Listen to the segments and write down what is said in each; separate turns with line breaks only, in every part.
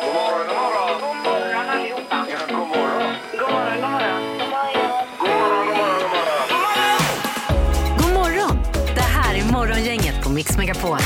God morgon, god morgon. God morgon allihopa. Ja, god morgon. God morgon, god morgon. God morgon, god morgon, god morgon.
God morgon! Det här är Morgongänget på Mix Megapol.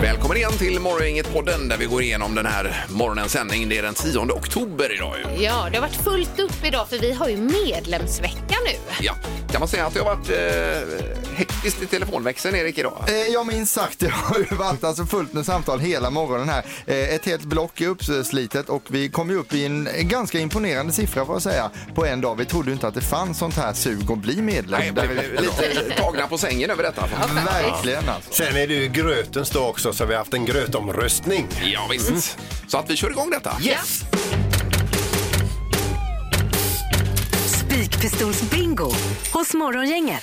Välkommen igen till Morgongänget-podden där vi går igenom den här morgonens sändning. Det är den 10 oktober idag ju.
Ja, det har varit fullt upp idag för vi har ju medlemsvecka nu.
Ja, kan man säga att det har varit eh, hektiskt i telefonväxeln Erik idag?
Eh, Ja minst sagt, det har ju varit alltså fullt med samtal hela morgonen här. Eh, Ett helt block är uppslitet och vi kom ju upp i en ganska imponerande siffra får jag säga på en dag. Vi trodde ju inte att det fanns sånt här sug att bli medlem.
Nej, jag blev lite tagna på sängen över detta.
Verkligen alltså.
Sen är det ju grötens dag också så vi har haft en grötomröstning.
Ja, visst. Så att vi kör igång detta.
Yes!
Spikpistols-bingo hos Morgongänget.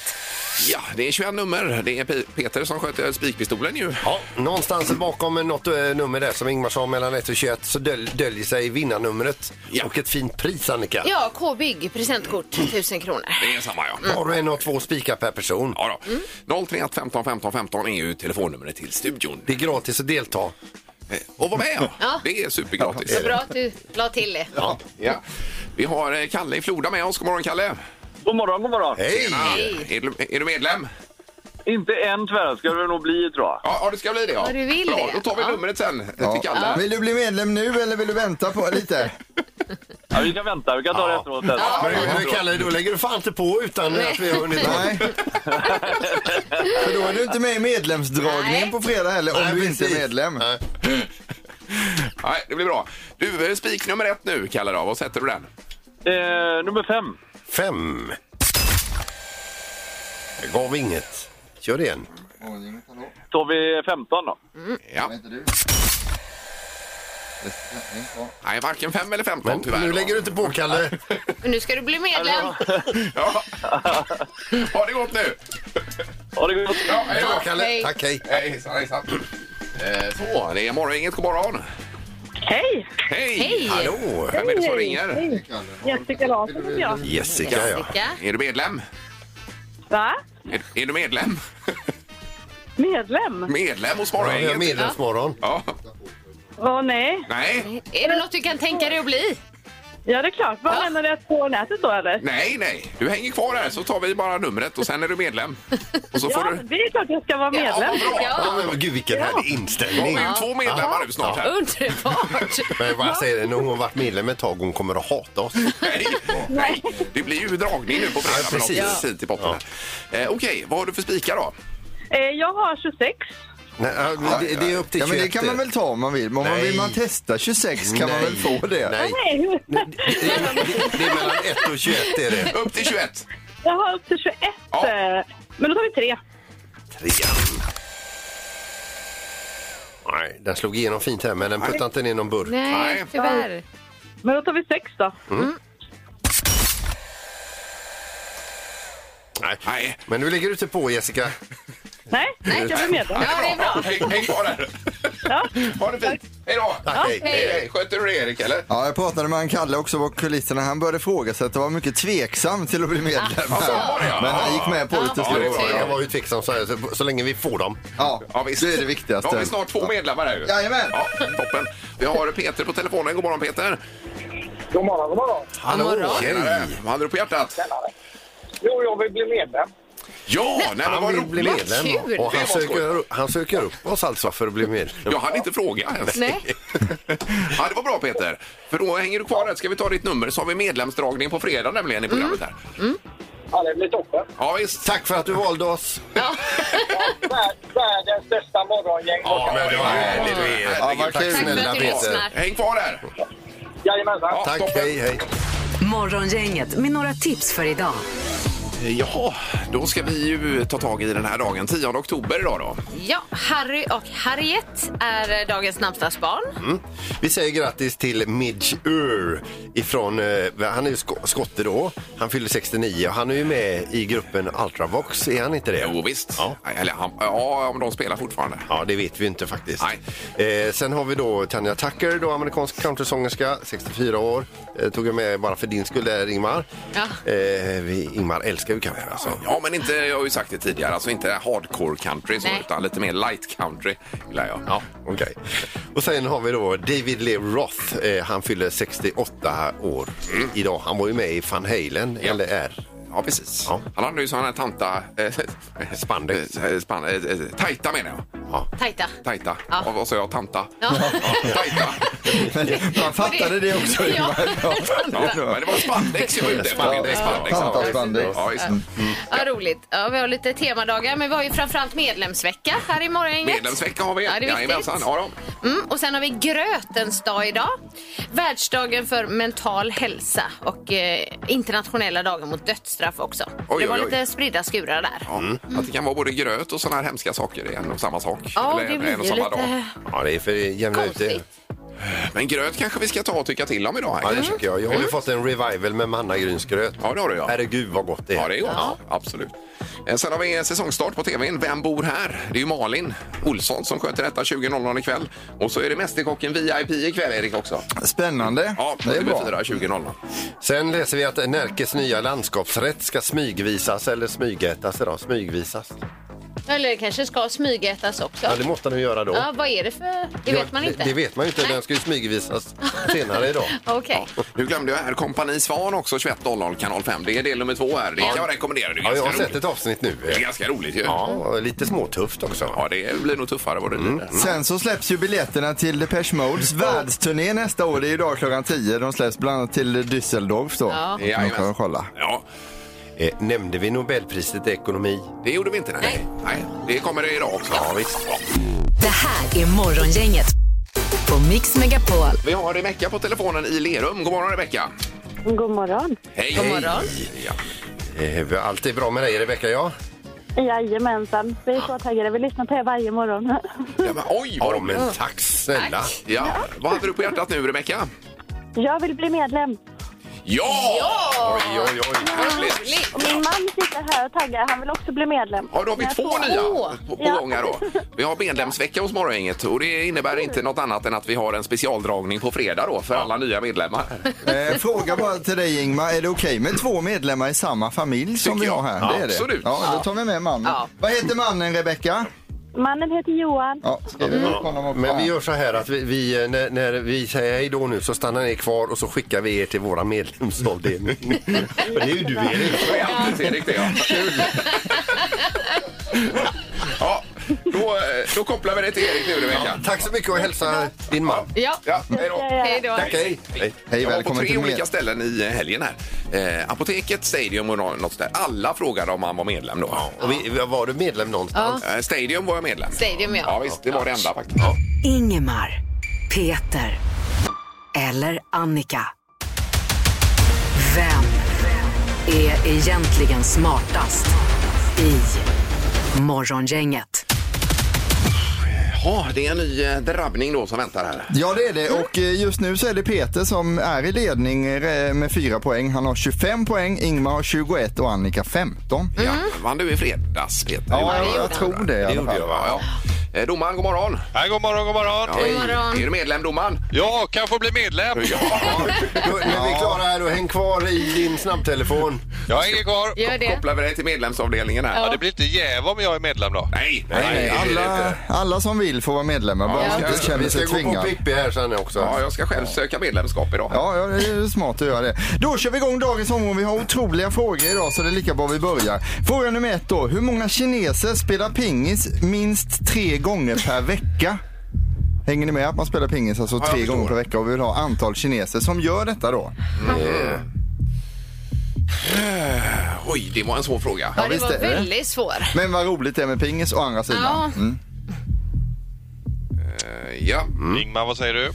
Ja, det är 21 nummer. Det är P- Peter som sköter spikpistolen ju.
Ja, någonstans bakom något eh, nummer där som Ingmar sa mellan 1 och 21 så döl, döljer sig vinnarnumret
Ja.
och ett fint pris Annika.
Ja, K-bygg presentkort 1000 kronor.
Det är samma ja.
Mm.
Var och en har två spikar per person.
Ja då. 031 15 15 15 är ju telefonnumret till studion.
Det är gratis att delta.
Eh, Och var med!
Ja.
Det är supergratis.
Så bra att du la till det.
Ja.
Ja. Vi har eh, Kalle i Floda med oss. God morgon Kalle!
God morgon, god morgon.
Hej!
Är du, är du medlem?
Inte än tyvärr ska det nog bli tror jag.
Ja, ja, det ska bli det. Ja.
Ja, du vill
Bra,
det.
Då tar vi
Ja.
numret sen eh, till
Ja.
Kalle.
Vill du bli medlem nu eller vill du vänta på lite?
Ja, vi kan vänta, vi kan ta det efteråt. sen.
Men hur, Kalle, då lägger du fan inte på utan att vi har hunnit.
Nej. För då är du inte med i medlemsdragningen
Nej.
på fredag heller om
Nej,
du inte är
precis.
medlem.
Nej.
Nej, det blir bra. Du, eh, spik nummer ett nu, Kalle. Då. Vad sätter du den?
Eh, nummer fem.
Fem. Mm. Jag gav inget. Kör igen.
Tar vi 15 då?
Ja. Nej, varken fem eller femton
Men
tyvärr.
nu
då.
lägger du inte på, Kalle.
Men nu ska du bli medlem.
Ja. ha det gott nu!
Ha det gott.
Ja, hej då.
Ja, Kalle.
Hej.
Tack, hej.
Hej, hejsan, hejsan. Eh, Så, det är morgon, inget god morgon.
Hej!
Hej!
Hej!
Hallå!
Vem är det som ringer?
Jessica Larsson heter jag.
Jessica, ja.
Jessica.
Är du medlem?
Va?
Är, är du medlem?
Medlem?
Medlem hos
Ja, vi har
Morgongänget?
medlemsmorgon.
Ja.
Åh nej.
Nej,
Är det något du kan tänka dig att bli?
Ja, det är klart. Vad
Ja.
menar du? Att på nätet då, eller?
nej, nej. Du hänger kvar här så tar vi bara numret och sen är du medlem. Och så får
Ja,
du...
det är klart jag ska vara medlem.
Ja, vad bra.
Ja, men gud vilken härlig
Då har
inställning.
vi ju två medlemmar nu snart här.
Underbart!
Men vad jag säger det, när hon har varit medlem ett tag hon kommer att hata oss.
Nej, nej. Det blir ju dragning nu på fredag
Ja,
med något
precis.
precis i potten. här. Eh, Okej, vad har du för spikar då?
Eh, jag har 26.
Nej, ja, men det, det är upp till
Ja men det
21.
kan man väl ta om man vill. Men om man
Nej.
vill man testa 26 kan man väl få det.
Nej,
Nej,
det, det, det är mellan 1 och 21 är det.
Upp till 21.
jag har upp till 21.
Ja.
eh, Men då tar vi tre.
Nej, den slog igenom fint här men den puttade inte ner någon burk.
Nej, tyvärr.
Men då tar vi sex då.
Nej.
Nej.
Men nu lägger du inte på Jessica.
Nej, jag ska bli medlem.
Ja, det är bra.
Häng, häng kvar där.
Ja.
Ha det fint. Hej då.
Tack, hej.
Hej, hej. Sköter du det Erik eller?
Ja, jag pratade med han Kalle också bakom kulisserna. Han började fråga sig att det var mycket tveksam till att bli medlem.
så var det, ja.
Men han gick med på det till
Ja, det
slut.
var
Ja,
bra.
Jag var ju tveksam så, här, så, så länge vi får dem.
Ja,
Ja, visst.
det är det viktigaste.
Då har vi snart två medlemmar här ju.
Jajamän.
Ja, toppen. Vi har Peter på telefonen. God morgon Peter.
God morgon, god morgon.
Hallå!
Tjenare. Vad hade du på hjärtat?
Jo, jag vill bli medlem.
Ja, nej, men
Han
vad
vill bli
roligt.
medlem
kul.
och
Det var
han
skoj.
söker, han söker upp oss alltså för att bli medlem.
Jag hann inte fråga ens.
Nej.
ja, det var bra Peter. För då hänger du kvar här. Ska vi ta ditt nummer så har vi medlemsdragning på fredag nämligen i programmet
Mm.
här.
Ja, det blir toppen.
Ja, visst.
Tack för att du valde oss.
Världens bästa morgongäng.
men det var härligt av er.
Ja, vad
Tack
kul.
snälla
Tack för att du lyssnar.
Peter.
Häng kvar där.
Jajamensan.
Ja,
Tack,
toppen.
hej, hej.
Morgongänget med några tips för idag.
Jaha, Eh, då ska vi ju ta tag i den här dagen. 10 oktober idag då.
Ja, Harry och Harriet är dagens namnsdagsbarn.
Mm. Vi säger grattis till Midge Ur ifrån, eh, han är ju sk- skotte då, han fyller 69 och han är ju med i gruppen Ultravox, är han inte det?
Jo, visst. Ja. Eller han, ja, om de spelar fortfarande.
Ja, det vet vi inte faktiskt. Eh, sen har vi då Tanya Tucker, då amerikansk countrysångerska, 64 år. Eh, tog jag med bara för din skull där, Ingmar.
Ja.
Eh, vi, Ingmar älskar ju country alltså.
Ja, men inte, jag har ju sagt det tidigare, alltså inte hardcore country så,
Nej.
utan lite mer light country gillar jag. Ja.
Okej. Och sen har vi då David Lee Roth. Eh, han fyller 68 år idag. Han var ju med i Van Halen, eller är.
Mm. Ja, precis. Han hade ju sån här tanta... Eh,
Spandex.
Eh, span, eh, eh, tajta menar jag.
Tajta.
Tajta.
Ja.
Och vad sa jag? Tanta?
Ja.
Tajta.
Man fattade det också.
Ja.
Ingmar. Ja.
Ja, men det var spandex jag var ute efter. Det är spandex.
Tanta
Ja,
spandex.
Ja, visst.
Ja, roligt. Ja, vi har lite temadagar, men vi har ju framförallt medlemsvecka här i Morgongänget.
Medlemsvecka har vi.
Ja, det är viktigt.
Jajamensan, Ja, då.
Mm, och sen har vi grötens dag idag. Världsdagen för mental hälsa och eh, internationella dagen mot dödsstraff också.
Oj,
det var
oj, oj.
lite spridda skurar där.
Ja, Att det kan vara både gröt och såna här hemska saker i en och samma sak.
Ja,
Eller
det
en-
blir
en och
ju
samma dag.
lite
Ja, det är för jämna ut det.
konstigt.
Men gröt kanske vi ska ta och tycka till om idag. Här,
Ja, det
kanske.
tycker jag. Jag har
Mm.
ju fått en revival med mannagrynsgröt.
ja, det har du ja.
Herregud vad gott det är.
Ja, det är gott. Absolut. Eh, Sen har vi en säsongstart på tvn. Vem bor här? Det är ju Malin Olsson som sköter detta 20.00 ikväll. Och så är det Mästerkocken VIP ikväll, Erik, också.
Spännande.
Ja, på
det är bra.
TV4 20.00.
Sen läser vi att Närkes nya landskapsrätt ska smygvisas eller smygätas idag. Smygvisas.
Eller det kanske ska smygätas också.
Ja, det måste den ju göra då.
Ja, vad är det för... Det vet man inte.
Det, det vet man ju inte.
Nej.
Den ska ju smygvisas senare idag.
Okej.
Nu glömde jag här Kompani Svan också 21.00 kanal 5. Det är del nummer två här. Det kan jag rekommendera. Det är
Ja, jag har
ganska
sett
roligt.
ett avsnitt nu.
Det är ganska roligt ju.
Ja, Mm. och lite småtufft också.
Ja, det blir nog tuffare vad det blir. där.
Sen så släpps ju biljetterna till Depeche Modes världsturné nästa år. Det är idag klockan 10. De släpps bland annat till Düsseldorf då.
Ja.
Man kan kolla.
Ja,
Eh, nämnde vi Nobelpriset i ekonomi?
det gjorde vi inte. Nej. nej. Det kommer det idag också. Ja, visst.
Det här är Morgongänget på Mix Megapol.
Vi har Rebecka på telefonen i Lerum. God morgon, Rebecka.
God morgon.
Hej!
God morgon.
Hej. Ja.
Eh, vi- allt är bra med dig Rebecka, ja?
Jajamensan. Vi är så taggade. Vi lyssnar på er varje morgon.
Ja, men, oj, vad
Ja,
roligt.
men tack snälla.
Ja. Vad hade du på hjärtat nu, Rebecka?
Jag vill bli medlem.
Ja!
Oj, oj, oj.
Härligt.
Och min man sitter här och taggar. Han vill också bli medlem.
Ja, då har vi
Jag
två
tror-
nya
Åh.
på, på
Ja.
gång här då. Vi har medlemsvecka hos Morgongänget och det innebär inte något annat än att vi har en specialdragning på fredag då för alla nya medlemmar.
Eh, fråga bara till dig Ingmar, är det okej med två medlemmar i samma familj som
Tycker
vi har
jag.
här?
Ja,
det är det.
absolut.
Ja, då tar vi med mannen.
Ja.
Vad heter mannen Rebecka?
Mannen heter Johan.
Ja, skriver vi upp honom också.
Men vi gör så här att vi, vi eh, när, när vi säger hej då nu så stannar ni kvar och så skickar vi er till våra medlemsavdelning. Och det är ju du Erik.
Så är alltid Erik det, ja. ja då, eh, då kopplar vi det till Erik nu, Rebecka.
Tack så mycket och hälsa din man.
Ja.
Ja, hej då.
Hej då.
Tack, hej. hej.
Hej,
jag var på
välkommen
tre
till
olika
med.
ställen i eh, helgen här. Eh, apoteket, Stadium och nå- något där. Alla frågade om han var medlem då.
Och vi, var du medlem någonstans?
Eh, Stadium var jag medlem.
Stadium, ja.
Ja, visst, det var det enda faktiskt.
Ingemar, Peter eller Annika. Vem är egentligen smartast i Morgongänget?
Jaha, det är en ny eh, drabbning då som väntar här.
Ja det är det och eh, just nu så är det Peter som är i ledning eh, med fyra poäng. Han har 25 poäng, Ingmar har 21 och Annika 15.
Ja, vann du i fredags, Peter?
Ja, jag, jag tror det i alla fall.
Ja, ja. Eh, Domaren, god morgon!
Ja, god morgon, god morgon.
Ja,
God morgon.
Är du medlem, domaren?
Ja, kan jag få bli medlem?
Då, när vi är klara här, då häng kvar i din snabbtelefon.
Jag hänger kvar.
Gör det.
Kopplar vi dig till medlemsavdelningen här?
Ja, det blir inte jäv om jag är medlem då.
Nej, nej,
Nej, nej,
det är det
alla,
inte.
alla som vill får vara medlemmar, bara
Ja.
man
Vi
inte
ska-
känner
Vi ska
sig
gå på
tvingad.
Pippi här sen också.
Ja, jag ska själv söka medlemskap idag.
Ja, ja, det är smart att göra det. Då kör vi igång dagens omgång. Vi har otroliga frågor idag så det är lika bra vi börjar. Fråga nummer ett då. Hur många kineser spelar pingis minst tre gånger per vecka? Hänger ni med att man spelar pingis alltså
jag
tre
förstår.
gånger per vecka och vi vill ha antal kineser som gör detta då?
Oj, det var en svår fråga.
Ja, det
visst
var
är det.
väldigt svår.
Men vad roligt det är med pingis å andra sidan.
Ja.
Mm.
Eh, Ja.
Mm. Ingmar, vad säger du?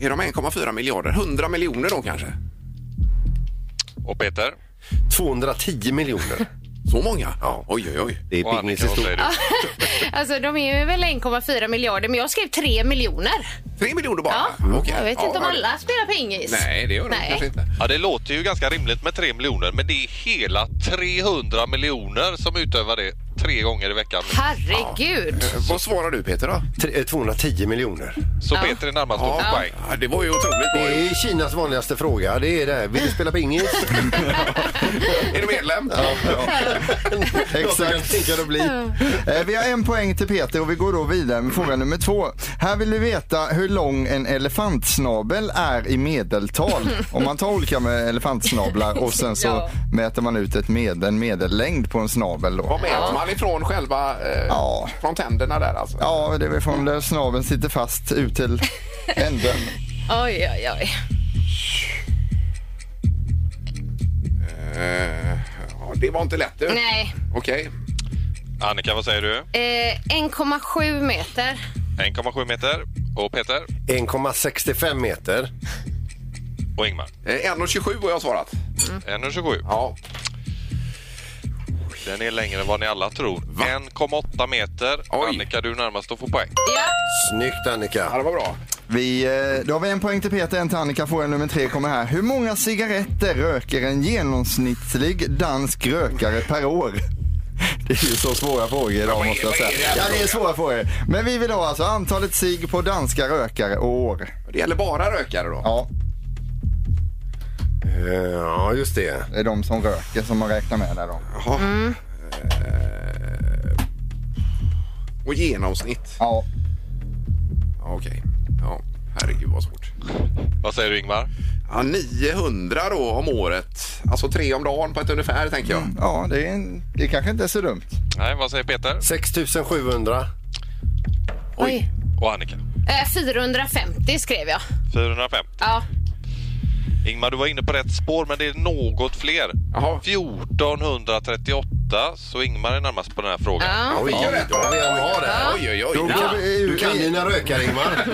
Är de 1,4 miljarder? 100 miljoner då kanske?
Och Peter?
210 miljoner.
Så många? Ja. Oj, oj, oj.
Det är Bigness historia.
Alltså de är ju väl 1,4 miljarder men jag skrev 3 miljoner.
Tre miljoner bara?
Ja,
Okej.
Jag vet
Ja,
inte om
ja.
alla spelar pingis. Nej.
inte.
Ja, det låter ju ganska rimligt med 3 miljoner, men det är hela 300 miljoner som utövar det tre gånger i veckan.
Herregud.
Alltså.
Vad svarar du Peter då?
210 miljoner.
Så Peter är närmast ja. på poäng.
det var ju otroligt
Det är ju Kinas vanligaste fråga. Det är det. här. Vill du spela pingis?
är du medlem?
Ja, Exakt.
Exakt.
det bli.
Eh, Vi har en poäng till Peter och vi går då vidare med fråga nummer två. Här vill vi veta hur lång en elefantsnabel är i medeltal. Om man tar olika med elefantsnablar och sen så
Ja.
mäter man ut ett med, en medellängd på en snabel. Då.
Vad menar man ifrån själva... Eh, Från tänderna där alltså?
Ja, det är väl från där snabeln sitter fast ut till änden.
Oj, oj, oj.
Eh, ja, det var inte lätt du.
Nej.
Okej.
Annika, vad säger du?
Eh, 1,7 meter.
1,7 meter. Och Peter?
1,65 meter.
Och Ingmar?
Eh, 1,27 har jag svarat.
1,27?
Ja.
Den är längre än vad ni alla tror. 1,8 meter. Annika, du är närmast att få poäng.
Snyggt Annika.
Ja, det var bra.
Vi, eh, då har vi en poäng till Peter, en till Annika. Fråga nummer tre kommer här. Hur många cigaretter röker en genomsnittlig dansk rökare per år? Det är ju så svåra frågor idag måste jag säga. Ja, det är svåra frågor. Men vi vill ha alltså antalet cigg på danska rökare och år.
Det gäller bara rökare då?
Ja.
Eh, Ja, just det.
Det är de som röker som man räknar med där då.
Eh, Och genomsnitt?
Ja.
ja Okej. Ja, herregud vad svårt.
Vad säger du Ingmar?
Ja, 900 då om året. Alltså tre om dagen på ett ungefär tänker
Mm.
jag.
Ja, det, är en, det kanske inte är så dumt.
Nej, vad säger Peter?
6700.
Oj.
Och Annika?
Eh, 450 skrev jag.
450.
Ja.
Ingmar, du var inne på rätt spår, men det är något fler. 1438, så Ingmar är närmast på den här frågan.
Ja. Oj, oj, oj, då har vi en var där. Ja.
Oj, oj,
Då går vi- Du kan dina rökare, Ingmar.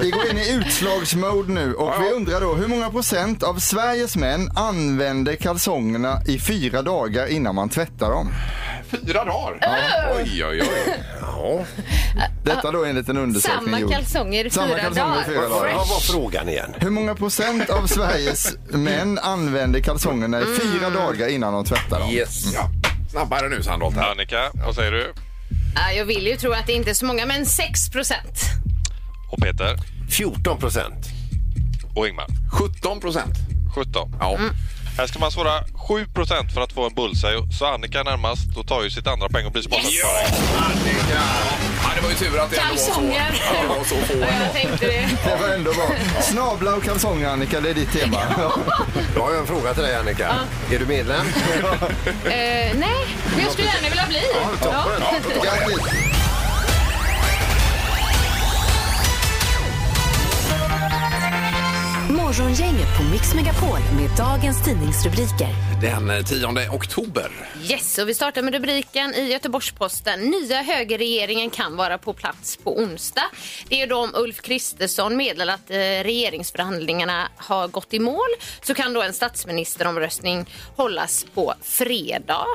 Vi går in i utslagsmode nu och vi undrar då hur många procent av Sveriges män använder kalsongerna i fyra dagar innan man tvättar dem?
Fyra dagar? Oj, oj, oj.
Ja.
Detta då enligt en undersökning
Samma
gjord.
kalsonger i
Samma
fyra
kalsonger i
dagar.
fyra dagar.
Vad var frågan igen?
Hur många procent av Sveriges män använder kalsongerna i fyra dagar innan de tvättar dem?
Yes. Ja. Snabbare nu Sandholt. här.
Annika, vad säger du?
Ja, jag vill ju tro att det inte är så många, men 6 procent.
Och Peter?
14 procent.
Och Ingmar?
17 procent.
17.
Ja.
Mm.
Här ska man svara 7 procent för att få en bullseye. Så Annika är närmast och tar ju sitt andra poäng och blir smartast.
Ja, Annika! Ja, det var ju tur att det ändå var så.
Kalsonger.
Ja, det var så få.
Ja, jag tänkte det.
Det var ändå bra. Snabla och kalsonger Annika, det är ditt tema.
Då har jag en fråga till dig Annika. Är du medlem?
Eh, nej, men jag skulle gärna vilja bli. Ja.
Grattis!
Morgongänget på Mix Megapol med dagens tidningsrubriker.
Den 10 oktober.
Yes, och vi startar med rubriken i Göteborgs-Posten. Nya högerregeringen kan vara på plats på onsdag. Det är ju då om Ulf Kristersson meddelar att eh, regeringsförhandlingarna har gått i mål så kan då en statsministeromröstning hållas på fredag.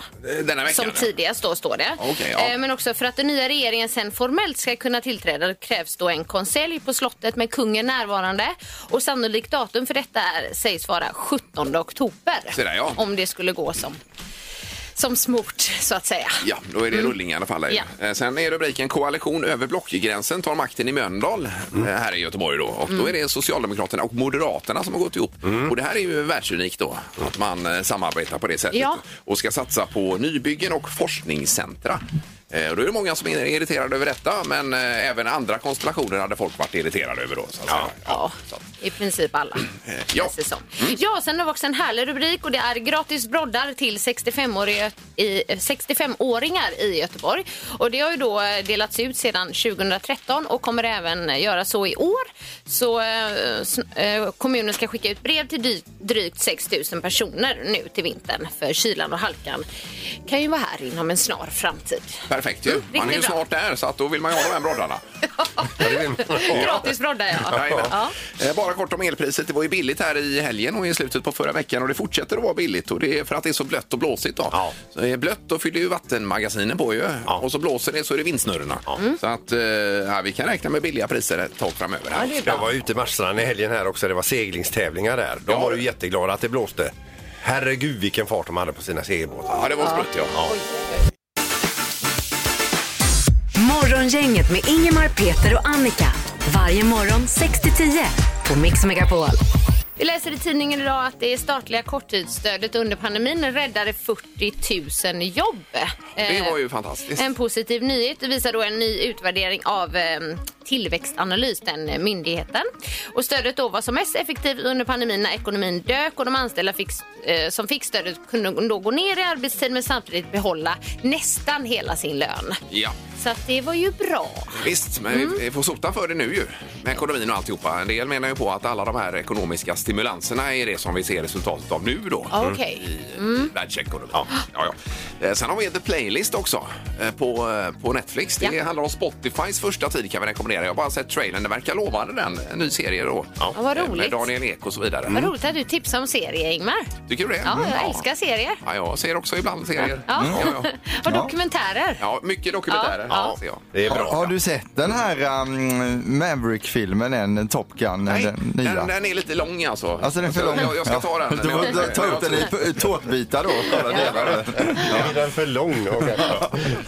Denna veckan?
Som tidigast då, står det.
Okej, ja.
Eh, Men också för att den nya regeringen sen formellt ska kunna tillträda krävs då en konselj på slottet med kungen närvarande. Och sannolikt datum för detta är, sägs vara 17 oktober.
Se där, ja.
Om det skulle gå som, som smort, så att säga.
Ja, då är det rullning i alla fall.
Mm. Ja.
Eh, Sen är rubriken Koalition över blockgränsen tar makten i Mölndal eh, här i Göteborg. Då. Och
Mm.
då är det Socialdemokraterna och Moderaterna som har gått ihop. Och det här är ju världsunikt då, att man eh, samarbetar på det sättet
Ja.
och ska satsa på nybyggen och forskningscentra. Eh, Och då är det många som är irriterade över detta, men eh, även andra konstellationer hade folk varit irriterade över. Då, så att säga.
Ja, i princip alla.
ja.
Känns det som. Ja, sen har vi också en härlig rubrik och det är gratis broddar till 65-åringar i, 65-åringar i Göteborg. Och det har ju då eh, delats ut sedan 2013 och kommer även göra så i år. Så eh, sn- eh, kommunen ska skicka ut brev till dy- drygt 6 000 personer nu till vintern för kylan och halkan kan ju vara här inom en snar framtid.
Perfekt ju. Man är ju
Mm, riktigt bra.
snart där, så att då vill man ju ha de här broddarna.
Gratis brodda, ja.
Jajamän.
ja.
Eh, Bara kort om elpriset. Det var ju billigt här i helgen och i slutet på förra veckan och det fortsätter att vara billigt och det är för att det är så blött och blåsigt. Då. Så det är blött då fyller ju vattenmagasinen på ju och så blåser det så är det vindsnurrorna.
Mm.
Så att eh, ja, vi kan räkna med billiga priser ett tag framöver. Här.
Jag var ute i Marstrand i helgen här också. Det var seglingstävlingar där. De var ju jätteglada att det blåste. Herregud vilken fart de hade på sina segelbåtar.
Ja, det var sprutt ja.
Morgongänget med Ingemar, Peter och Annika. Varje morgon 6 till 10 på Mix Megapol.
Vi läser i tidningen idag att det statliga korttidsstödet under pandemin räddade 40 000 jobb.
Det
Eh,
var ju fantastiskt.
En positiv nyhet det visar då en ny utvärdering av eh, Tillväxtanalys, den eh, myndigheten. Och stödet då var som mest effektivt under pandemin när ekonomin dök och de anställda fick, eh, som fick stödet kunde då gå ner i arbetstid men samtidigt behålla nästan hela sin lön.
Ja.
Så att det var ju bra.
Visst, men
Mm.
vi får sota för det nu ju med ekonomin och alltihopa. En del menar ju på att alla de här ekonomiska stimulanserna är det som vi ser resultatet av nu då.
Okej. Mm.
I världsekonomin. Ja. Ja, ja. Eh, Sen har vi The Playlist också eh, på, eh, på Netflix. Det
Ja.
handlar om Spotifys första tid kan vi rekommendera. Jag har bara sett trailern. Det verkar lovande den. En ny serie då.
Ja, vad
Eh, Med
roligt.
Daniel Ek och så vidare.
Vad roligt att du tipsar om serier, Ingmar.
Tycker du det?
Ja,
Mm.
jag älskar serier.
Ja, jag ser också ibland serier.
Ja.
Ja, ja.
och dokumentärer.
ja mycket dokumentärer.
Ja, ja.
ser jag.
Det är
Har,
bra.
har du sett den här um, Maverick-filmen än, Top Gun,
Nej,
den nya?
den, den är lite lång alltså.
Alltså den är för lång.
Jag, jag ska ta den. eh,
Du får ta- ta upp den i tårtbitar då. Kolla delar.
Är den för lång? Okej.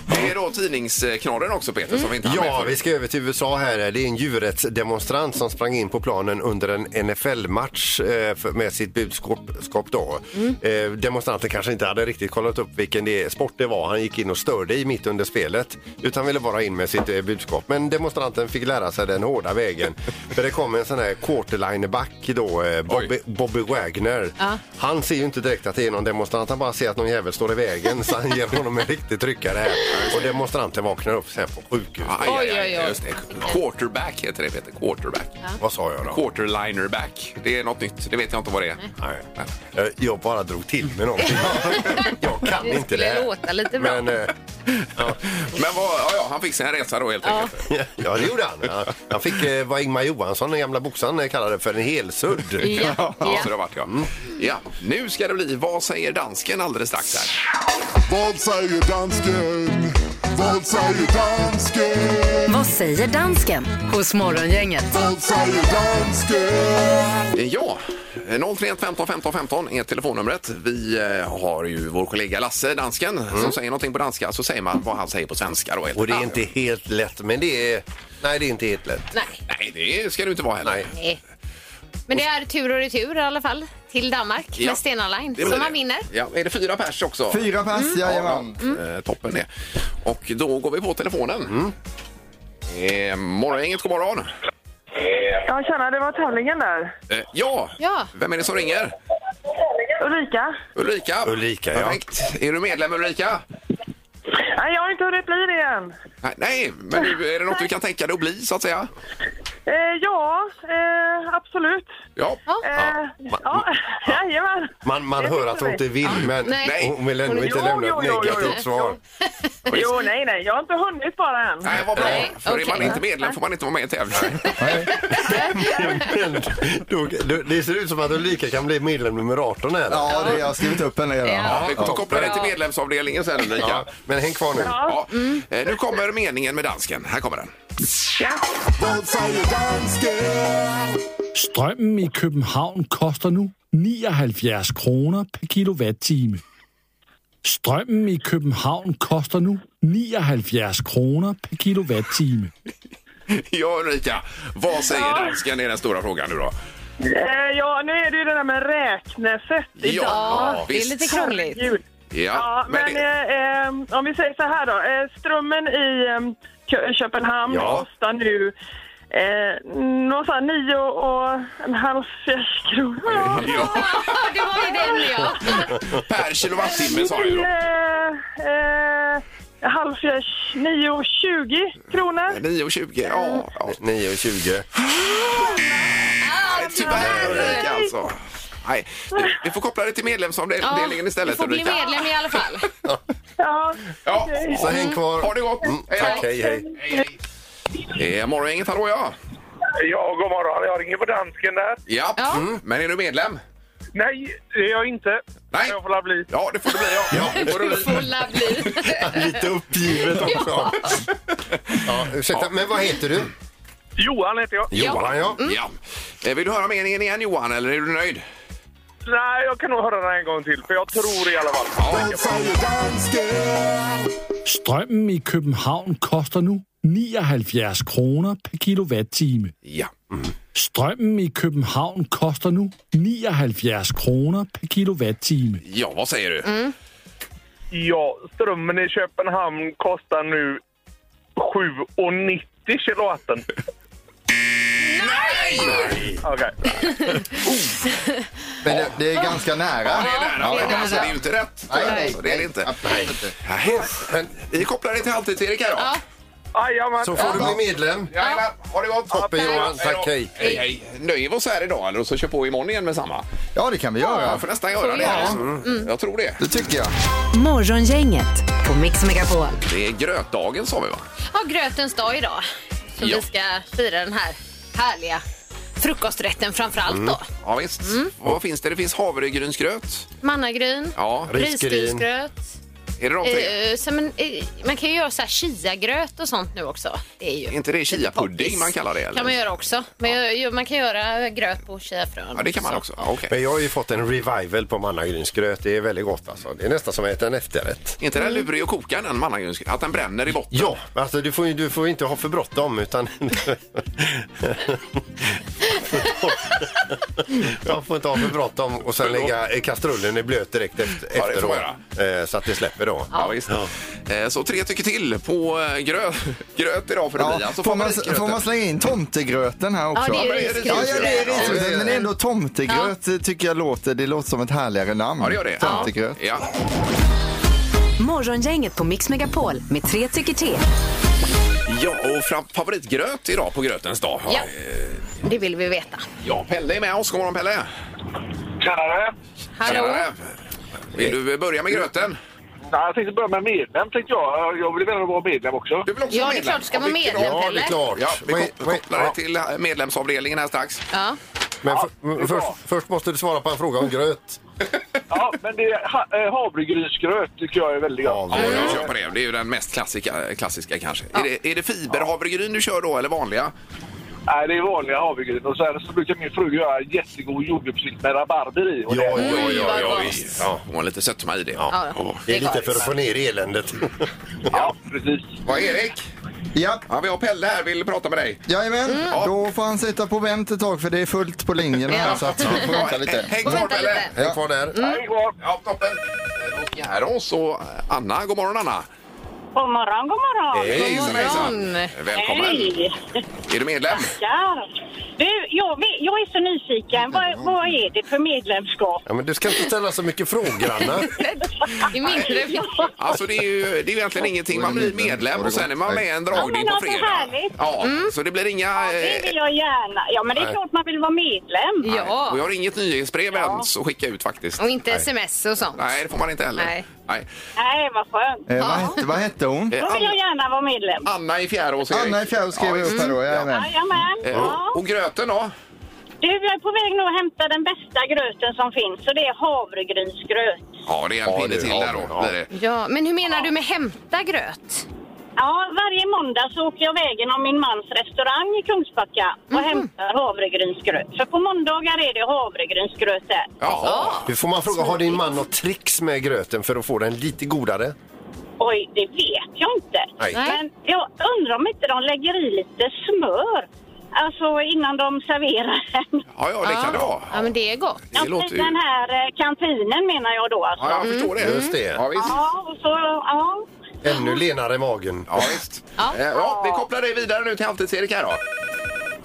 Det är då tidningsknorren också Peter som vi inte hann med
Ja,
förut.
vi ska över till USA här. Det är en djurrättsdemonstrant som sprang in på planen under en NFL-match eh, för- med sitt budskap skap då.
Mm.
Eh, Demonstranten kanske inte hade riktigt kollat upp vilken det sport det var. Han gick in och störde i mitt under spelet utan ville bara in med sitt eh, budskap. Men demonstranten fick lära sig den hårda vägen. för det kom en sån här quarterlineback då, eh, Bobby, Bobby Wagner. Han ser ju inte direkt att det är någon demonstrant. Han bara ser att någon jävel står i vägen så han ger honom en riktig tryckare här. Och demonstranten vaknar upp sen på sjukhus.
Aj, aj, aj,
Oj, oj, oj.
Just det. Quarterback heter det Peter. Quarterback.
Vad sa jag då?
Quarterlinerback. Det är något nytt. Det vet jag inte vad det är.
Nej. Jag- Jag bara drog till med någonting. Jag kan
Det
inte det
skulle
här.
låta lite bra.
Men, eh,
Men vad, ja, ja, han fick sin resa då helt enkelt.
ja, det gjorde han. Han- Han fick eh, vad Ingmar Johansson, den gamla boxaren, eh, kallade för en helsudd.
Ja. Ja.
Ja, så det har varit, ja. Mm. ja. Nu ska det bli Vad säger dansken alldeles strax här.
Vad säger dansken? Vad säger dansken?
Vad säger dansken hos Morgongänget?
Vad säger dansken?
Ja, 031 15 15 15 är telefonnumret. Vi eh, har ju vår kollega Lasse, dansken, som säger någonting på danska så säger man vad han säger på svenska då. helt
Mm. Och det är
enkelt.
inte helt lätt, men det är... Nej, det är inte helt lätt.
Nej.
Nej, det ska det inte vara heller.
Nej.
Nej. Men det är tur och retur i alla fall till Danmark
Ja.
med Stena Line.
Det
Så
blir
man
det.
vinner.
Ja, är det fyra pers också?
Fyra pass,
Mm.
jajamän.
Eh, Toppen det. Och då går vi på telefonen.
Mm.
Eh, Morgongänget, god morgon.
Ja, tjena, det var tävlingen där.
Eh, ja.
Ja.
vem är det som ringer?
Ulrika?
Ulrika.
Ulrika, ja.
Perfekt. Är du medlem Ulrika?
Nej, jag har inte hunnit bli det än.
Nej, nej, men du, är det något du kan tänka dig att bli så att säga?
Eh, ja, eh, absolut.
Ja.
Eh,
Ma-
ja, jajamän.
Man, man
Det
hör
tycker
att hon
vi.
inte vill,
Ah.
men
Nej.
hon vill ändå inte
Jo,
lämna
jo,
ett
jo, jo,
negativt
jo.
svar.
Jo, nej, nej, jag har inte hunnit bara än.
Nej, vad bra.
Nej,
För är man
okej.
inte medlem får man inte vara med i tävlingen.
Men då- då- Det ser ut som att Ulrika kan bli medlem nummer 18 här.
Ja, det, jag har skrivit upp henne redan.
Ja.
Vi kopplar dig till medlemsavdelningen sen Ulrika.
Ja, men häng kvar nu.
Ja. Eh, Nu kommer meningen med dansken. Här kommer den.
Vad säger dansken?
Strømmen i København koster nu 79 kroner per kilowattime. Strømmen i København koster nu 79 kroner per kilowattime.
Ja, Ulrika. Vad säger dansken är den stora frågan nu då.
Eh, ja, nu är det ju det där med räknesätt i Danmark.
det är
visst.
lite krångligt.
Herregud.
Ja,
Ja, men,
det-
eh, eh, om vi säger så här då. Eh, strömmen i eh, Kö- Köpenhamn
Ja.
kostar nu eh, någonstans nio och en halv kronor.
ja,
Ja, det var ju den ja.
per kilowattimme sa jag
Nio,
då.
eh, halv fjärs, nio och tjugo kronor.
9,20. Ja, ja.
9.20.
Nej, tyvärr Ulrika alltså. Nej, du- vi får koppla dig till
ja.
medlemsavdelningen
Du
istället
får bli
Ulrika.
medlem i alla fall.
Ja,
Ja,
Så häng kvar.
ha det gott.
Mm,
Hej då.
Tack, hej, hej.
Hej, hej. Eh, Morgongänget, hallå ja!
Ja, god morgon. Jag ringer på dansken där.
Ja, Mm. men är du medlem?
Nej, det är jag inte.
Nej.
Jag får la bli.
Ja, det får du bli. Ja.
Ja,
Du får la bli.
Lite uppgivet också. Ja. ursäkta, men vad heter du?
Johan heter jag.
Johan, ja.
ja. Eh, Vill du höra meningen igen Johan, eller är du nöjd?
Nej, jag kan nog höra den en gång till, för jag tror i alla fall.
Strømmen i København koster nu 79 kroner per kilowatt-time.
Ja. Mm.
Strømmen i København koster nu 79 kroner per kilowatt-time.
Ja, vad säger du?
Ja, strömmen i Köpenhamn kostar nu 7,90 kilowatten.
Nej!
Okej.
Men det, det är ganska nära.
Ja, det är nära,
Ja,
men
kan man
alltså,
säga.
det är ju inte rätt.
Nej, nej,
alltså, det är det inte.
Nej.
Nej. Men vi kopplar det till halvtids-Erik här då.
Ja.
Jajamän.
Så får du bli medlem.
Jajamän, ha det gott!
Toppen, Johan. Tack, hej.
Hej, hej. Nöjer vi oss här idag eller och så kör på imorgon igen med samma?
Ja, det kan vi göra.
Ja, för nästan göra det. Mm. Jag tror det.
Det tycker jag.
Morgongänget på Mix Megapol.
Det är grötdagen sa vi va?
Ja, grötens dag idag. Så
Ja.
vi ska fira den här härliga frukosträtten framför allt då.
Ja, visst. Vad finns det? Det finns havregrynsgröt.
Mannagryn,
Ja.
risgrynsgröt.
Är det de tre?
Eh, så, men, eh, man kan ju göra så här chiagröt och sånt nu också. Det är ju
Är inte det chiapudding
Eh, poppis.
man kallar det? Eller?
kan man göra också. Men jag- jag, man kan göra gröt på chiafrön.
Ja, det kan man också. Ja, okej.
Men jag har ju fått en revival på mannagrynsgröt. Det är väldigt gott alltså. Det är nästan som att äta en efterrätt.
Inte den lurig att koka den mannagrynsgröt? Att den bränner i botten?
Ja, alltså du får ju du får ju inte ha för bråttom utan... Man får inte ha för bråttom och sen lägga eh, kastrullen i blöt direkt efter,
Ja, det får
efteråt. Eh, Så att det släpper då.
Ja, visst. Eh, Så tre tycker till på eh, grö gröt idag för det blir alltså
får, man,
favoritgröten.
får man slänga in tomtegröten här också?
Ja, det är ju
ja,
risgröt.
ja, det är
Ja, det är
risgröt.
det.
Men ändå tomtegröt tycker jag låter, det låter som ett härligare namn.
Ja, det gör det.
Tomtegröt.
Ja.
Morgongänget på Mix Megapol med tre tycker till.
ja, och fram- favoritgröt idag på grötens dag. eh,
Ja. Det vill vi veta.
ja, Pelle är med oss. God morgon Pelle!
Tjenare!
Hallå?
Tjenare. Vill du börja med gröten?
Nej, jag tänkte börja med medlem, tänkte jag. Jag vill gärna vara medlem också.
Du vill också
Ja,
vara
det är
medlem?
klart du ska vara
vilken-
medlem,
Ja, det är
Pelle.
klart.
Ja, vi
Men-
kop- kopplar
men-
det till eh, medlemsavdelningen här strax.
Ja.
Men för,
det är
men
bra.
först, först måste du svara på en fråga om gröt.
Ja, men det är ha, eh, havregrynsgröt tycker jag är väldigt gott.
Ja, jag köper det. Det är ju den mest klassiska, klassiska kanske. Är det, är det fiberhavregryn du kör då, eller vanliga?
Nej, det är vanliga havregryn. Och sen så brukar min fru göra jättegod jordgubbssylt med rabarber i. Och det-
ja,
vad gott.
visst. ja. Hon har lite sötma i det.
Ja,
Åh.
Det är lite
gott.
för att få ner eländet.
ja, precis.
Vad Erik?
Ja.
Ja, vi har Pelle här, vill prata med dig.
Jajamän,
Mm.
då får han sitta på vänt ett tag för det är fullt på linjen här
Ja.
så att vi får vänta
Häng-
lite.
Häng
Får
kvar
vänta
Pelle.
lite.
Häng kvar där.
Hej, god morgon.
Ja, toppen. Eh, Och Gerhard och eh, Anna. God morgon Anna.
God morgon, god morgon.
Hejsan, hejsan.
morgon.
Välkommen.
Hej.
Är du medlem?
Tackar. Du, jag, vet- jag är så nyfiken. Vad, vad är det för medlemskap?
Ja, men du ska inte ställa så mycket frågor, Anna.
Det är mindre viktigt.
Alltså det är ju, det är ju egentligen ingenting. Man blir medlem och sen är man med i en dragning
Ja, men
på
alltså,
fredag.
härligt.
Ja, så det blir inga...
Det
eh,
vill jag gärna. Ja, men det är
Nej.
klart man vill vara medlem.
Och jag
Ja,
har inget nyhetsbrev än att skicka ut faktiskt.
och inte sms och sånt.
Nej, det får man inte heller.
Nej.
Nej.
Nej, vad skönt.
Eh, vad, hette, vad hette hon?
Eh,
Då vill jag gärna vara medlem.
An-
Mm.
Anna i Fjärås, Erik.
Anna i Fjärde skrev
Ja,
jag upp
visst.
här då, jajamän.
Jajamän.
Eh,
Ja.
Och, och gröten då?
Du, jag är på väg nu att hämta den bästa gröten som finns. Så det är havregrynsgröt.
Ja, det är en
Ja,
pinne
det-
till
ja,
där då.
ja.
blir det.
Ja, men hur menar du med hämta gröt?
Ja, varje måndag så åker jag vägen om min mans restaurang i Kungsbacka och
Mhm.
hämtar havregrynsgröt. För på måndagar är det havregrynsgröt där.
Ja.
Nu får man fråga, har din man något tricks med gröten för att få den lite godare?
Oj, det vet jag inte.
Nej.
Nej.
Men jag undrar om inte de lägger i lite smör. Alltså innan de serverar den.
ja, ja, det kan det vara.
Ja, men det är gott.
Det låter ju...
Den här eh, kantinen menar jag då alltså.
Ja, jag förstår det.
Just det.
Mm. Ja, visst.
Ja, och så, ja.
Ännu lenare i magen.
Ja, visst.
Ja.
Eh, ja, vi kopplar dig vidare nu till Halvtids-Erik här då.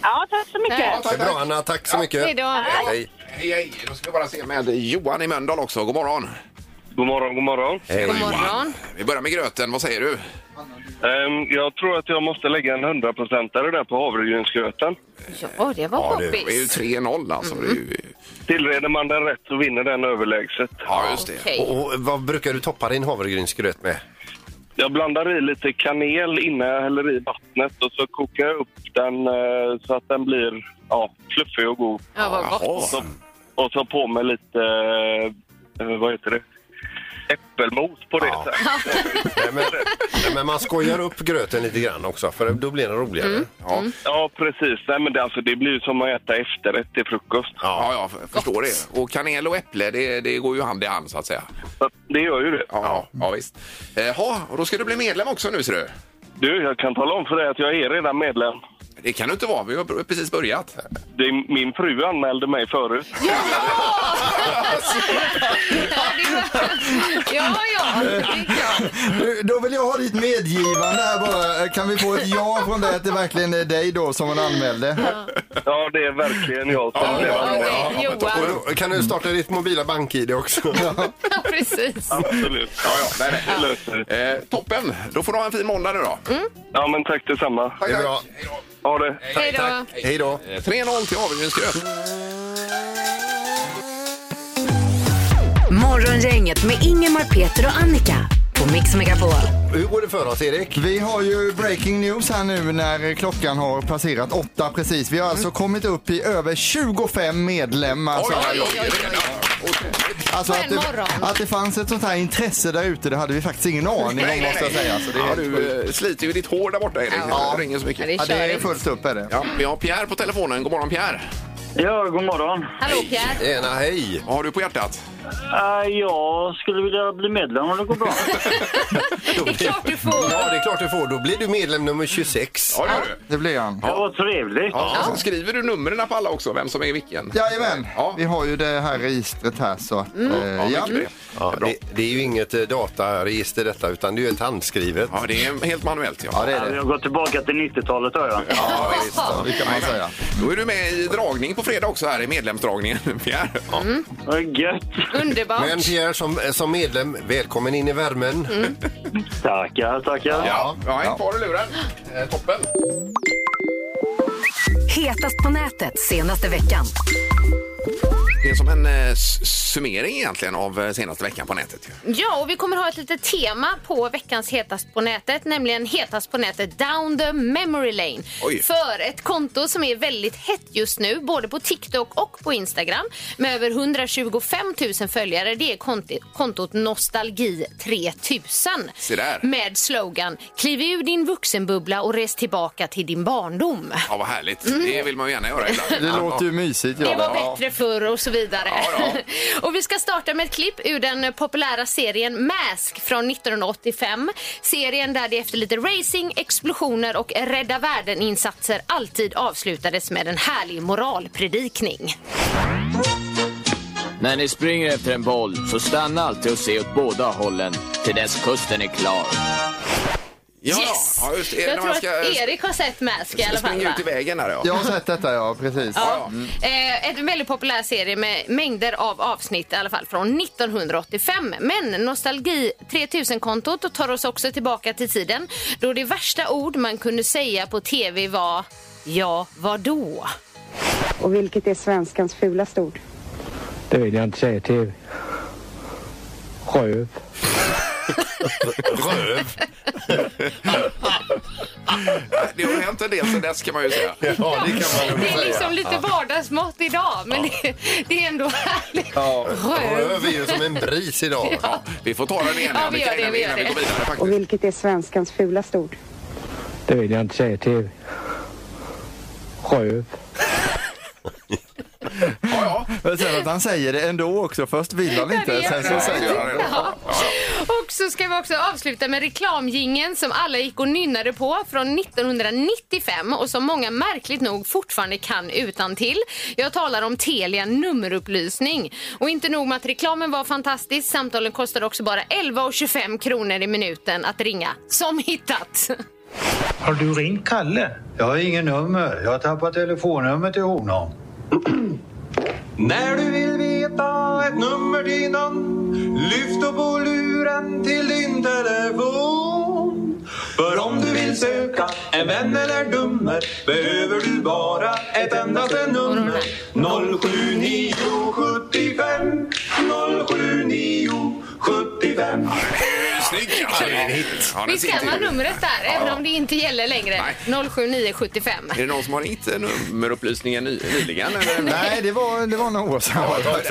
ja, tack så mycket.
Nej.
Det är bra, Anna. Tack så mycket.
Hej då.
Hej.
Hej, hej. Då ska vi bara se med Johan i Mölndal också. God morgon.
God morgon, god morgon.
God
Hej.
morgon.
Vi börjar med gröten. Vad säger du?
Ehm, jag tror att jag måste lägga en hundraprocentare där på havregrynsgröten.
Ja, det var
det är ju
poppis.
3-0 alltså. Det är ju...
Tillreder man den rätt så vinner den överlägset.
Ja, just det.
Okej.
eh, Och, och vad brukar du toppa din havregrynsgröt med?
Jag blandar i lite kanel innan jag häller i vattnet och så kokar jag upp den eh, så att den blir ja, fluffig och god.
Ja, vad gott.
Och så, och så på med lite, eh, vad heter det, äppelmos på det. sen.
Nej, men, nej, men man skojar upp gröten lite grann också, för då blir den roligare. Mm.
Ja. ja, precis. Nej, men det, alltså, det blir ju som att äta efterrätt till frukost.
Ja, ja, jag förstår det. Och kanel och äpple, det, det går ju hand i hand så att säga.
Det gör ju det.
Ja, ja visst. Jaha, och då ska du bli medlem också nu ser du.
Du, jag kan tala om för dig att jag är redan medlem.
Det kan du inte vara, vi har precis börjat.
Det är, min fru anmälde mig förut.
Ja, ja.
Du, Då vill jag ha ditt medgivande här bara. Kan vi få ett ja från dig att det verkligen är dig då som hon anmälde?
Ja, det är verkligen jag som blev anmäld.
Ja, och då kan du starta ditt mobila bank-id också?
Precis.
Absolut.
Ja, ja, nej, nej. Det löser vi. Eh, toppen, då får du ha en fin måndag nu då.
Ja, men tack detsamma.
Det är bra.
Ha det.
Hej då.
Hej då.
3-0 Eh, till Havregrynsgröt.
Morgongänget med Ingemar, Peter och Annika på Mix Megapol.
Hur går det för oss, Erik?
Vi har ju breaking news här nu när klockan har passerat åtta precis. Vi har
Mm.
alltså kommit upp i över 25 medlemmar. så här långt. Alltså
På
att
en morgon.
det, att det fanns ett sånt här intresse där ute, det hade vi faktiskt ingen aning om måste jag säga. Så det är
ja,
helt sjukt.
du eh, sliter ju ditt hår där borta, Erik.
Ja.
Det ringer så mycket.
Ja, det är fullt upp är det.
Ja, vi har Pierre på telefonen. God morgon, Pierre.
Ja, god morgon.
Hallå Pierre.
Tjena, hej.
Vad har du på hjärtat?
Äh, jag skulle vilja bli medlem om det går bra.
Det är klart
du får.
Ja, det är klart du får. Då blir du medlem nummer 26.
Ja, det gör du.
Det blir han.
Ja, vad trevligt.
Ja, så skriver du numren på alla också, vem som är vilken? Mm.
Jajamän, vi har ju det här registret här så att... eh,
Ja, mycket bra.
Ja, det, det är ju inget eh, dataregister detta, utan det är ju ett handskrivet.
Ja, det är helt manuellt. Ja,
ja det är
Jag
det.
har gått tillbaka till 90-talet har jag.
Ja, visst, ja, det kan man säga.
Då är du med i dragning på fredag också här i medlemsdragningen, Pierre. Ja.
Vad gött.
Underbart.
Men Pierre, som, eh, som medlem, välkommen in i värmen.
Tackar, tackar.
Ja, jag är kvar i luren. Eh, toppen.
Hetast på nätet senaste veckan.
Det är som en eh, s- summering egentligen av eh, senaste veckan på nätet. ju.
Ja, och vi kommer ha ett litet tema på veckans Hetast på nätet, nämligen Hetast på nätet down the memory lane.
Oj.
För ett konto som är väldigt hett just nu, både på TikTok och på Instagram, med över 125 000 följare, det är konti- kontot Nostalgi 3000.
Se där.
Med slogan Kliv ur din vuxenbubbla och res tillbaka till din barndom.
Ja, vad härligt. Det vill man ju gärna göra ibland.
Det låter ju mysigt.
Mm. Det
Ja.
var bättre förr och så vidare.
Ja,
och vi ska starta med ett klipp ur den populära serien Mask från 1985. Serien där det efter lite racing, explosioner och rädda världen-insatser alltid avslutades med en härlig moralpredikning.
När ni springer efter en boll så stanna alltid och se åt båda hållen till dess kusten är klar.
Ja,
Yes!
ja, just det. Är det.
Jag
när
tror
man ska
att Erik har sett Mask i alla fall.
springa
va?
ut i vägen här. Ja.
Jag har sett detta ja, precis.
Ja. Eh, en väldigt populär serie med mängder av avsnitt i alla fall från 1985. Men Nostalgi 3000-kontot tar oss också tillbaka till tiden då det värsta ord man kunde säga på tv var Ja, vadå?
Och vilket är svenskans fulaste ord?
Det vill jag inte säga till Röv.
Röv.
Det har hänt en del sedan dess kan man ju säga.
Ja, det kan man
Det är liksom lite vardagsmått idag, men det, det är ändå härligt.
Röv är ju som en bris idag.
Ja, vi får ta den igen
Ja, vi gör
Annika,
det,
innan,
vi gör
innan vi
det.
går vidare.
Och
Faktiskt.
vilket är svenskans fulaste ord?
Det vill jag inte säga till Röv.
Ja,
ja. Sen att han säger det ändå också. Först vill han inte, sen så säger han det.
Ja. Och så ska vi också avsluta med reklamgingen som alla gick och nynnade på från 1995 och som många märkligt nog fortfarande kan utan till. Jag talar om Telia nummerupplysning. Och inte nog med att reklamen var fantastisk, samtalen kostade också bara 11,25 kronor i minuten att ringa. Som hittat!
Har du ringt Kalle? Jag har ingen nummer. Jag har tappat telefonnumret till honom.
När du vill veta ett nummer till någon Lyft upp på luren till din telefon För om du vill söka en vän eller dummer Behöver du bara ett endaste nummer 079 75 079 75
Snygg! Ja, det är hit. Ja, den
Visst
sitter
kan man
ju.
numret där,
Ja.
även om det inte gäller längre. 07975.
Är det någon som har hittat nummerupplysningen ny, nyligen? Eller?
Nej, det var, det var några år sedan.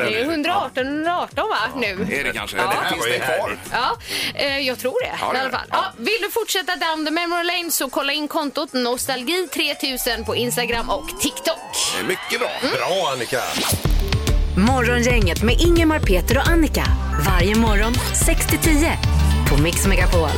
Det är 118 118 va, nu?
Är det kanske?
Ja.
Eller finns det kvar?
Ja, eh, jag tror det.
Ja, det
i
är
alla
det.
fall. Ja, vill du fortsätta down the memory lane så kolla in kontot Nostalgi3000 på Instagram och TikTok.
Mycket bra.
Bra Annika!
Morgongänget med Ingemar, Peter och Annika. Varje morgon 6 till 10 på Mix Megapol.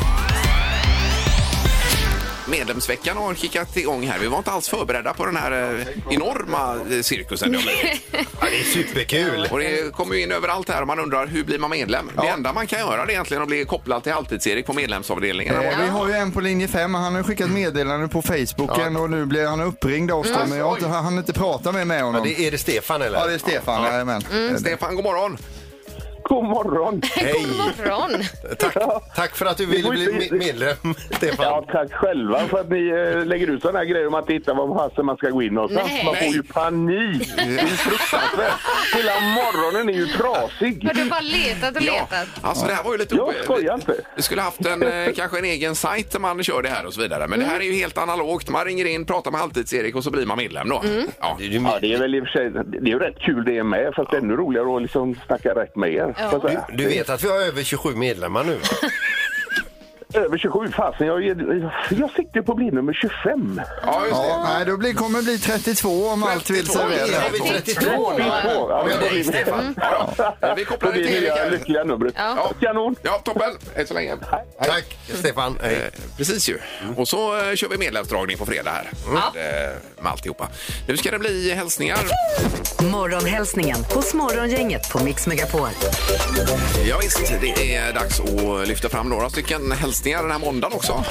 Medlemsveckan har kickat igång här. Vi var inte alls förberedda på den här eh, enorma eh, cirkusen. det har blivit.
Ja, det är superkul!
Och det kommer ju in överallt här och man undrar hur blir man medlem? Det enda man kan göra det är egentligen att bli kopplad till Halvtids-Erik på medlemsavdelningen.
Eh, Vi har ju en på linje 5 han har skickat meddelande på Facebooken och nu blir han uppringd av oss
Mm.
men jag har inte, han har inte pratat med, med honom.
Ja, det- är det Stefan eller?
Ja, det är Stefan.
Ja.
Jajamän.
Mm.
Stefan, god morgon!
God morgon!
Hej!
Morgon.
Tack, tack för att du ville bli me- medlem, Stefan.
Ja, tack själva för att ni eh, lägger ut sådana här grejer om att hitta var fasen man ska gå in någonstans.
Nej.
Man får ju panik. Det är ju fruktansvärt. Hela morgonen är ju trasig.
Har du bara letat och letat?
Alltså det här var ju lite... Jag skojar inte. Vi skulle haft en, eh, kanske en egen sajt där man kör det här och så vidare. Men det här är ju helt analogt. Man ringer in, pratar med Halvtids-Erik och så blir man medlem då. Ja.
Ja, det är väl i och för sig, det är ju rätt kul det med, fast ännu roligare att liksom snacka rätt med er.
Ja.
så att säga.
Du, du vet att vi har över 27 medlemmar nu? va?
Över 27, fasen jag, jag, jag siktar på att bli nummer 25.
Ja,
Ja, nej, då blir, kommer det bli 32 om allt vill sig väl.
Ja, vi är 32 nu. 32, ja, men då Mm. blir det-
Stefan. Ja, Mm. ja. Vi kopplar
Det
det
är
till Erik
nya
här.
lyckliga numret.
Ja.
Kanon!
Ja, toppen! Hej så länge.
Tack Stefan. Hej.
Eh, Precis ju. Och så eh, kör vi medlemsdragning på fredag här. Med, eh, med alltihopa. Nu ska det bli hälsningar.
Morgonhälsningen hos Morgongänget på Mix Megapol.
Ja, visst, det är dags att lyfta fram några stycken hälsningar den här måndagen också.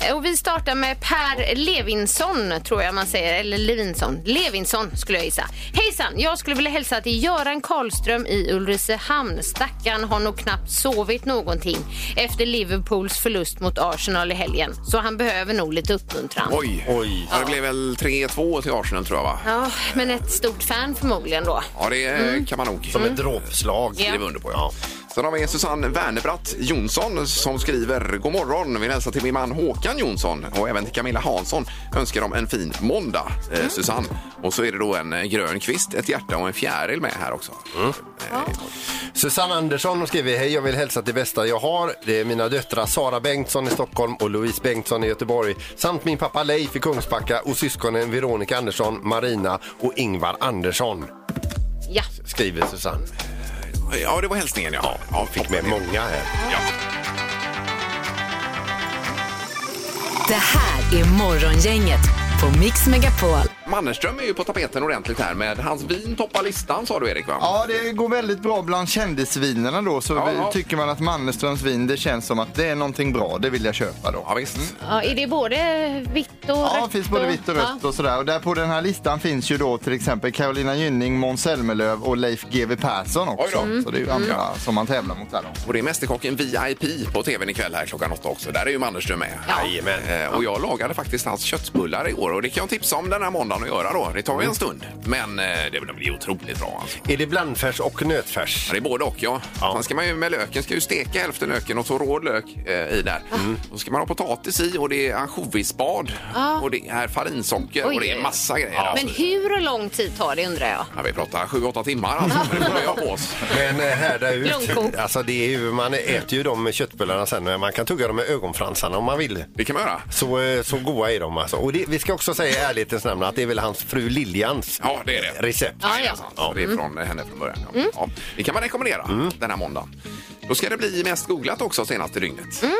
Eh, Och vi startar med Per Levinson, tror jag man säger. Eller Levinson. Levinson skulle jag gissa. Hejsan! Jag skulle vilja hälsa till Göran Karlström i Ulricehamn. Stackarn har nog knappt sovit någonting efter Liverpools förlust mot Arsenal i helgen. Så han behöver nog lite uppmuntran.
Oj! Oj. Ja, det blev väl 3-2 till Arsenal tror jag va?
Ja, men ett stort fan förmodligen då.
Ja, det eh, kan man nog. Som ett dråpslag
Ja.
skriver under på. Ja. Sen har vi Susanne Wernerbratt Jonsson som skriver God morgon, vill hälsa till min man Håkan Jonsson och även till Camilla Hansson. Önskar dem en fin måndag, eh, Susanne. Och så är det då en eh, grön kvist, ett hjärta och en fjäril med här också. Eh,
Susanne Andersson hon skriver Hej, jag vill hälsa till bästa jag har. Det är mina döttrar Sara Bengtsson i Stockholm och Louise Bengtsson i Göteborg samt min pappa Leif i Kungsbacka och syskonen Veronica Andersson, Marina och Ingvar Andersson,
Ja.
skriver Susanne.
Ja, det var hälsningen ja. ja
fick med många här.
Det här är Morgongänget på Mix Megapol.
Mannerström är ju på tapeten ordentligt här med hans vin toppar listan sa du Erik va?
Ja, det går väldigt bra bland kändisvinerna då. Så vi- tycker man att Mannerströms vin, det känns som att det är någonting bra, det vill jag köpa då.
Ja, visst.
Ja, är det både vitt och rött?
Ja, det finns både vitt och rött och sådär. Och där på den här listan finns ju då till exempel Carolina Gynning, Måns Zelmerlöw och Leif GW Persson också.
Mm.
Så det är ju andra som man tävlar mot där då.
Och det är Mästerkocken VIP på tvn ikväll här klockan åtta också. Där är ju Mannerström med. Eh, Och jag lagade faktiskt hans köttbullar igår och det kan jag tipsa om den här måndagen att göra då. Det tar ju en stund. Men eh, det blir ju otroligt bra alltså.
Är det blandfärs och nötfärs?
Ja, det är både och ja. Sen ska man ju med löken, ska ju steka hälften löken och så rå lök eh, i där. Då ska man ha potatis i och det är ansjovisspad
Ja.
och det är farinsocker
Oj,
och det
oj,
är
oj.
massa grejer.
Men
Alltså.
hur lång tid tar det undrar jag?
Ja, vi pratar 7-8 timmar alltså. Det får vi ha på oss.
Men eh, härda
Långkok.
ut. Alltså det är ju, man äter ju de köttbullarna sen. men Man kan tugga dem med ögonfransarna om man vill.
Det kan man göra.
Så, eh, så goda är de alltså. Och det, vi ska också säga i ärlighetens namn att det är väl hans fru Liljans
Ja, det är det.
recept.
Ja,
alltså.
Så
Mm.
det är från eh, henne från början. Ja. Ja. Det kan man rekommendera den här måndagen. Då ska det bli mest googlat också senaste dygnet.
Mm.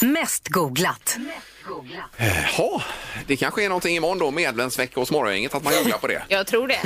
Mest googlat.
Jaha, det kanske är någonting imorgon då, medlemsvecka hos Morgongänget, att man googlar på det.
Jag tror det.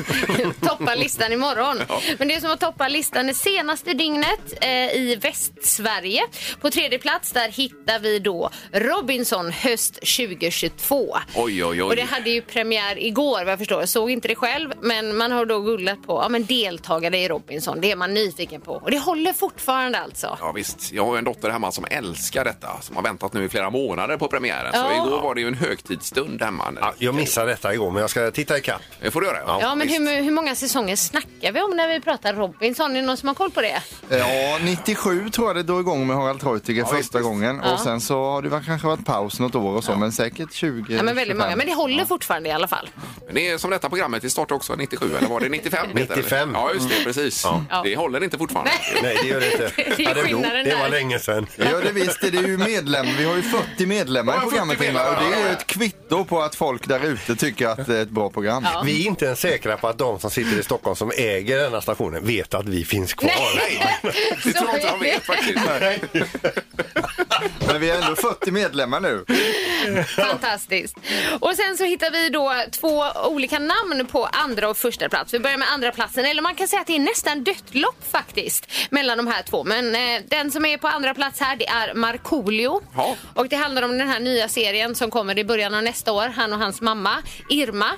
toppa listan imorgon.
Ja.
Men det som har toppat listan det senaste dygnet eh, i Västsverige. På tredje plats där hittar vi då Robinson höst 2022.
Oj, oj,
Och det
oj.
hade ju premiär igår vad jag förstår. Jag såg inte det själv men man har då googlat på ja, men deltagare i Robinson. Det är man nyfiken på. Och det håller fortfarande alltså.
Ja, visst. Jag har ju en dotter hemma som älskar detta, som har väntat nu i flera månader på premiären. Alltså.
Ja.
Igår var det ju en högtidsstund hemma.
jag missade detta igår, men jag ska titta ikapp.
Det får du göra.
Ja, men hur, hur många säsonger snackar vi om när vi pratar Robinson? Är det någon som har koll på det?
Eh, Ja, 97 tror jag det drog igång med Harald Treutiger första gången.
Ja.
Och sen så har det var- kanske varit paus något år och så, men säkert 20
Ja, men väldigt
25.
många. Men det håller fortfarande i alla fall.
Men Det är som detta programmet, vi startade också 97 eller var det 95? heter det?
95.
Ja just det, precis.
Ja.
Det håller inte fortfarande.
Nej, det gör det inte.
Det är Ja, det- skillnaden det var där.
länge sedan.
Ja, det visst. Det är ju medlem. Vi har ju 40 medlemmar i
Ja, 40
programmet Ingmar, och det är ju ett kvitto på att folk där ute tycker att det är ett bra program.
Ja.
Vi är inte ens säkra på att de som sitter i Stockholm som äger den här stationen vet att vi finns kvar.
Det tror jag inte de vet faktiskt.
Men vi är ändå 40 medlemmar nu.
Fantastiskt. Och sen så hittar vi då två olika namn på andra och första plats. Vi börjar med andra platsen. eller man kan säga att det är nästan dött lopp faktiskt mellan de här två. Men eh, den som är på andra plats här det är Markoolio. Och det handlar om den här nya serien som kommer i början av nästa år. Han och hans mamma Irma.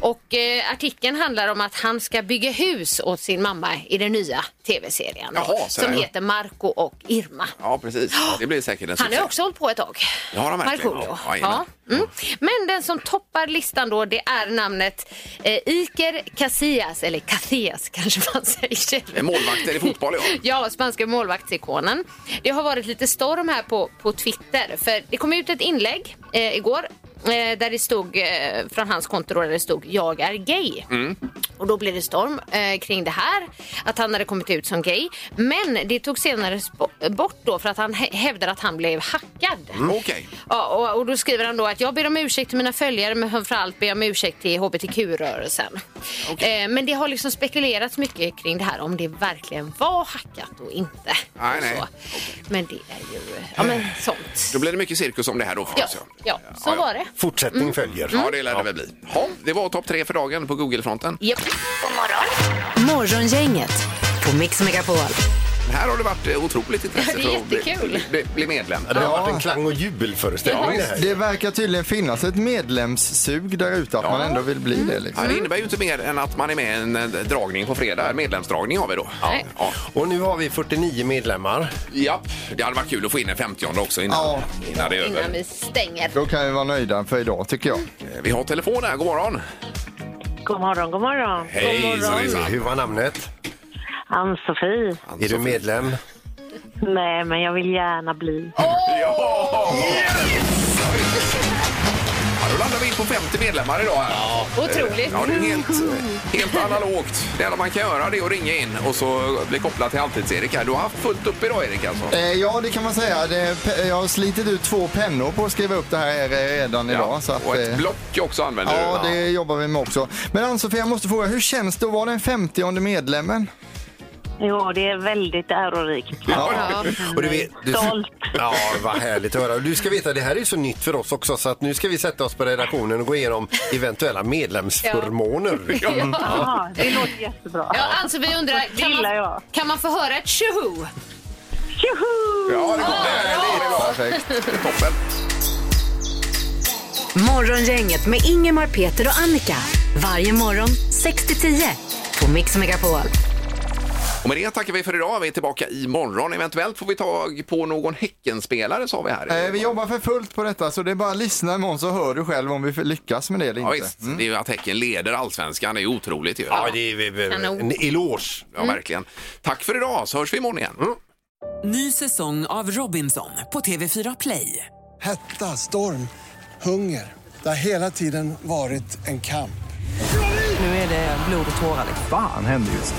Och eh, artikeln handlar om att han ska bygga hus åt sin mamma i den nya tv-serien. då,
Jaha, så
som
där, ja.
heter Marco och Irma.
Ja precis, det blir säkert en
Han har
succé.
ju också hållit på ett tag.
Det har han verkligen.
Markoolio.
Ja,
Ja.
jajamän.
Mm. Men den som toppar listan då, det är namnet eh, Iker Casillas, eller Casillas kanske man säger.
Eh, Målvakter i fotboll ja.
Ja, spanska målvaktsikonen. Det har varit lite storm här på, på Twitter. För Det kom ut ett inlägg eh, igår eh, där det stod, eh, från hans konto då, där det stod “Jag är gay”. Och då blev det storm eh, kring det här, att han hade kommit ut som gay. Men det tog senare spo- bort då för att han hä- hävdade att han blev hackad.
Mm. Okej.
Ja, och, och då skriver han då att jag ber om ursäkt till mina följare men framförallt ber jag om ursäkt till hbtq-rörelsen. Eh, men det har liksom spekulerats mycket kring det här om det verkligen var hackat och inte.
Nej, nej. Eh,
Men det är ju ja, men sånt.
Då blir det mycket cirkus om det här då.
Ja, ja så var det.
Fortsättning
Mm.
följer.
Ja, det lär det väl bli. Ja, det var topp tre för dagen på Google-fronten.
Japp.
Morgongänget på Mix Megapol.
Här har det varit eh, otroligt intresse
Ja, det är
för att bli-
jättekul.
bli- bli medlem.
Det har varit en klang och jubelföreställning det här.
Det verkar tydligen finnas ett medlemssug där ute, att man ändå vill bli det.
Ja,
Liksom.
det innebär ju inte mer än att man är med i en eh, dragning på fredag. Medlemsdragning har vi då. Ja. Ja.
Och nu har vi 49 medlemmar.
Ja, det hade varit kul att få in en 50 också innan, innan det är över.
Innan vi stänger.
Då kan vi vara nöjda för idag, tycker jag.
Vi har telefon här. God morgon!
God morgon, god morgon.
Hur var namnet?
Ann-Sofie.
Är du medlem?
Nej, men jag vill gärna bli.
Ja, då landar vi in på 50 medlemmar idag. Här. Ja.
Otroligt.
Ja, det är helt, helt analogt. Det enda man kan göra det är att ringa in och så bli kopplad till Halvtids-Erik. här. Du har haft fullt upp idag, Erik. Alltså.
Eh, ja, det kan man säga. Det, pe- jag har slitit ut två pennor på att skriva upp det här eh, redan idag. Så att,
Och ett
eh,
block också använder
Ja,
du.
det jobbar vi med också. Men Ann-Sofie, jag måste fråga, hur känns det att vara den 50 medlemmen?
Jo, det är väldigt ärorikt.
Och du vet, du,
Stolt.
ja, vad härligt att höra. Och Du ska veta, det här är ju så nytt för oss också så att nu ska vi sätta oss på redaktionen och gå igenom eventuella medlemsförmåner.
Ja, det låter jättebra.
Ja, alltså vi undrar, kan man, kan man få höra ett tjoho?
Tjoho!
Ja, det kom
Perfekt.
Toppen.
Morgongänget med Ingemar, Peter och Annika. Varje morgon 6 till 10 på Mix Megapol.
Och med det tackar vi för idag. Vi är tillbaka imorgon. Eventuellt får vi tag på någon Häckenspelare, sa vi här.
Eh, vi jobbar för fullt på detta, så det är bara att lyssna imorgon så hör du själv om vi lyckas med det eller
Ja,
inte.
visst. Det är ju att Häcken leder allsvenskan. Det är ju otroligt ju.
Mm. Ja, det är
Kanon.
en eloge. Mm.
Ja, verkligen. Tack för idag, så hörs vi imorgon igen.
Ny säsong av Robinson på TV4 Play.
Hetta, storm, hunger. Det har hela tiden varit en kamp.
Nu är det blod och tårar. liksom.
Fan händer just nu.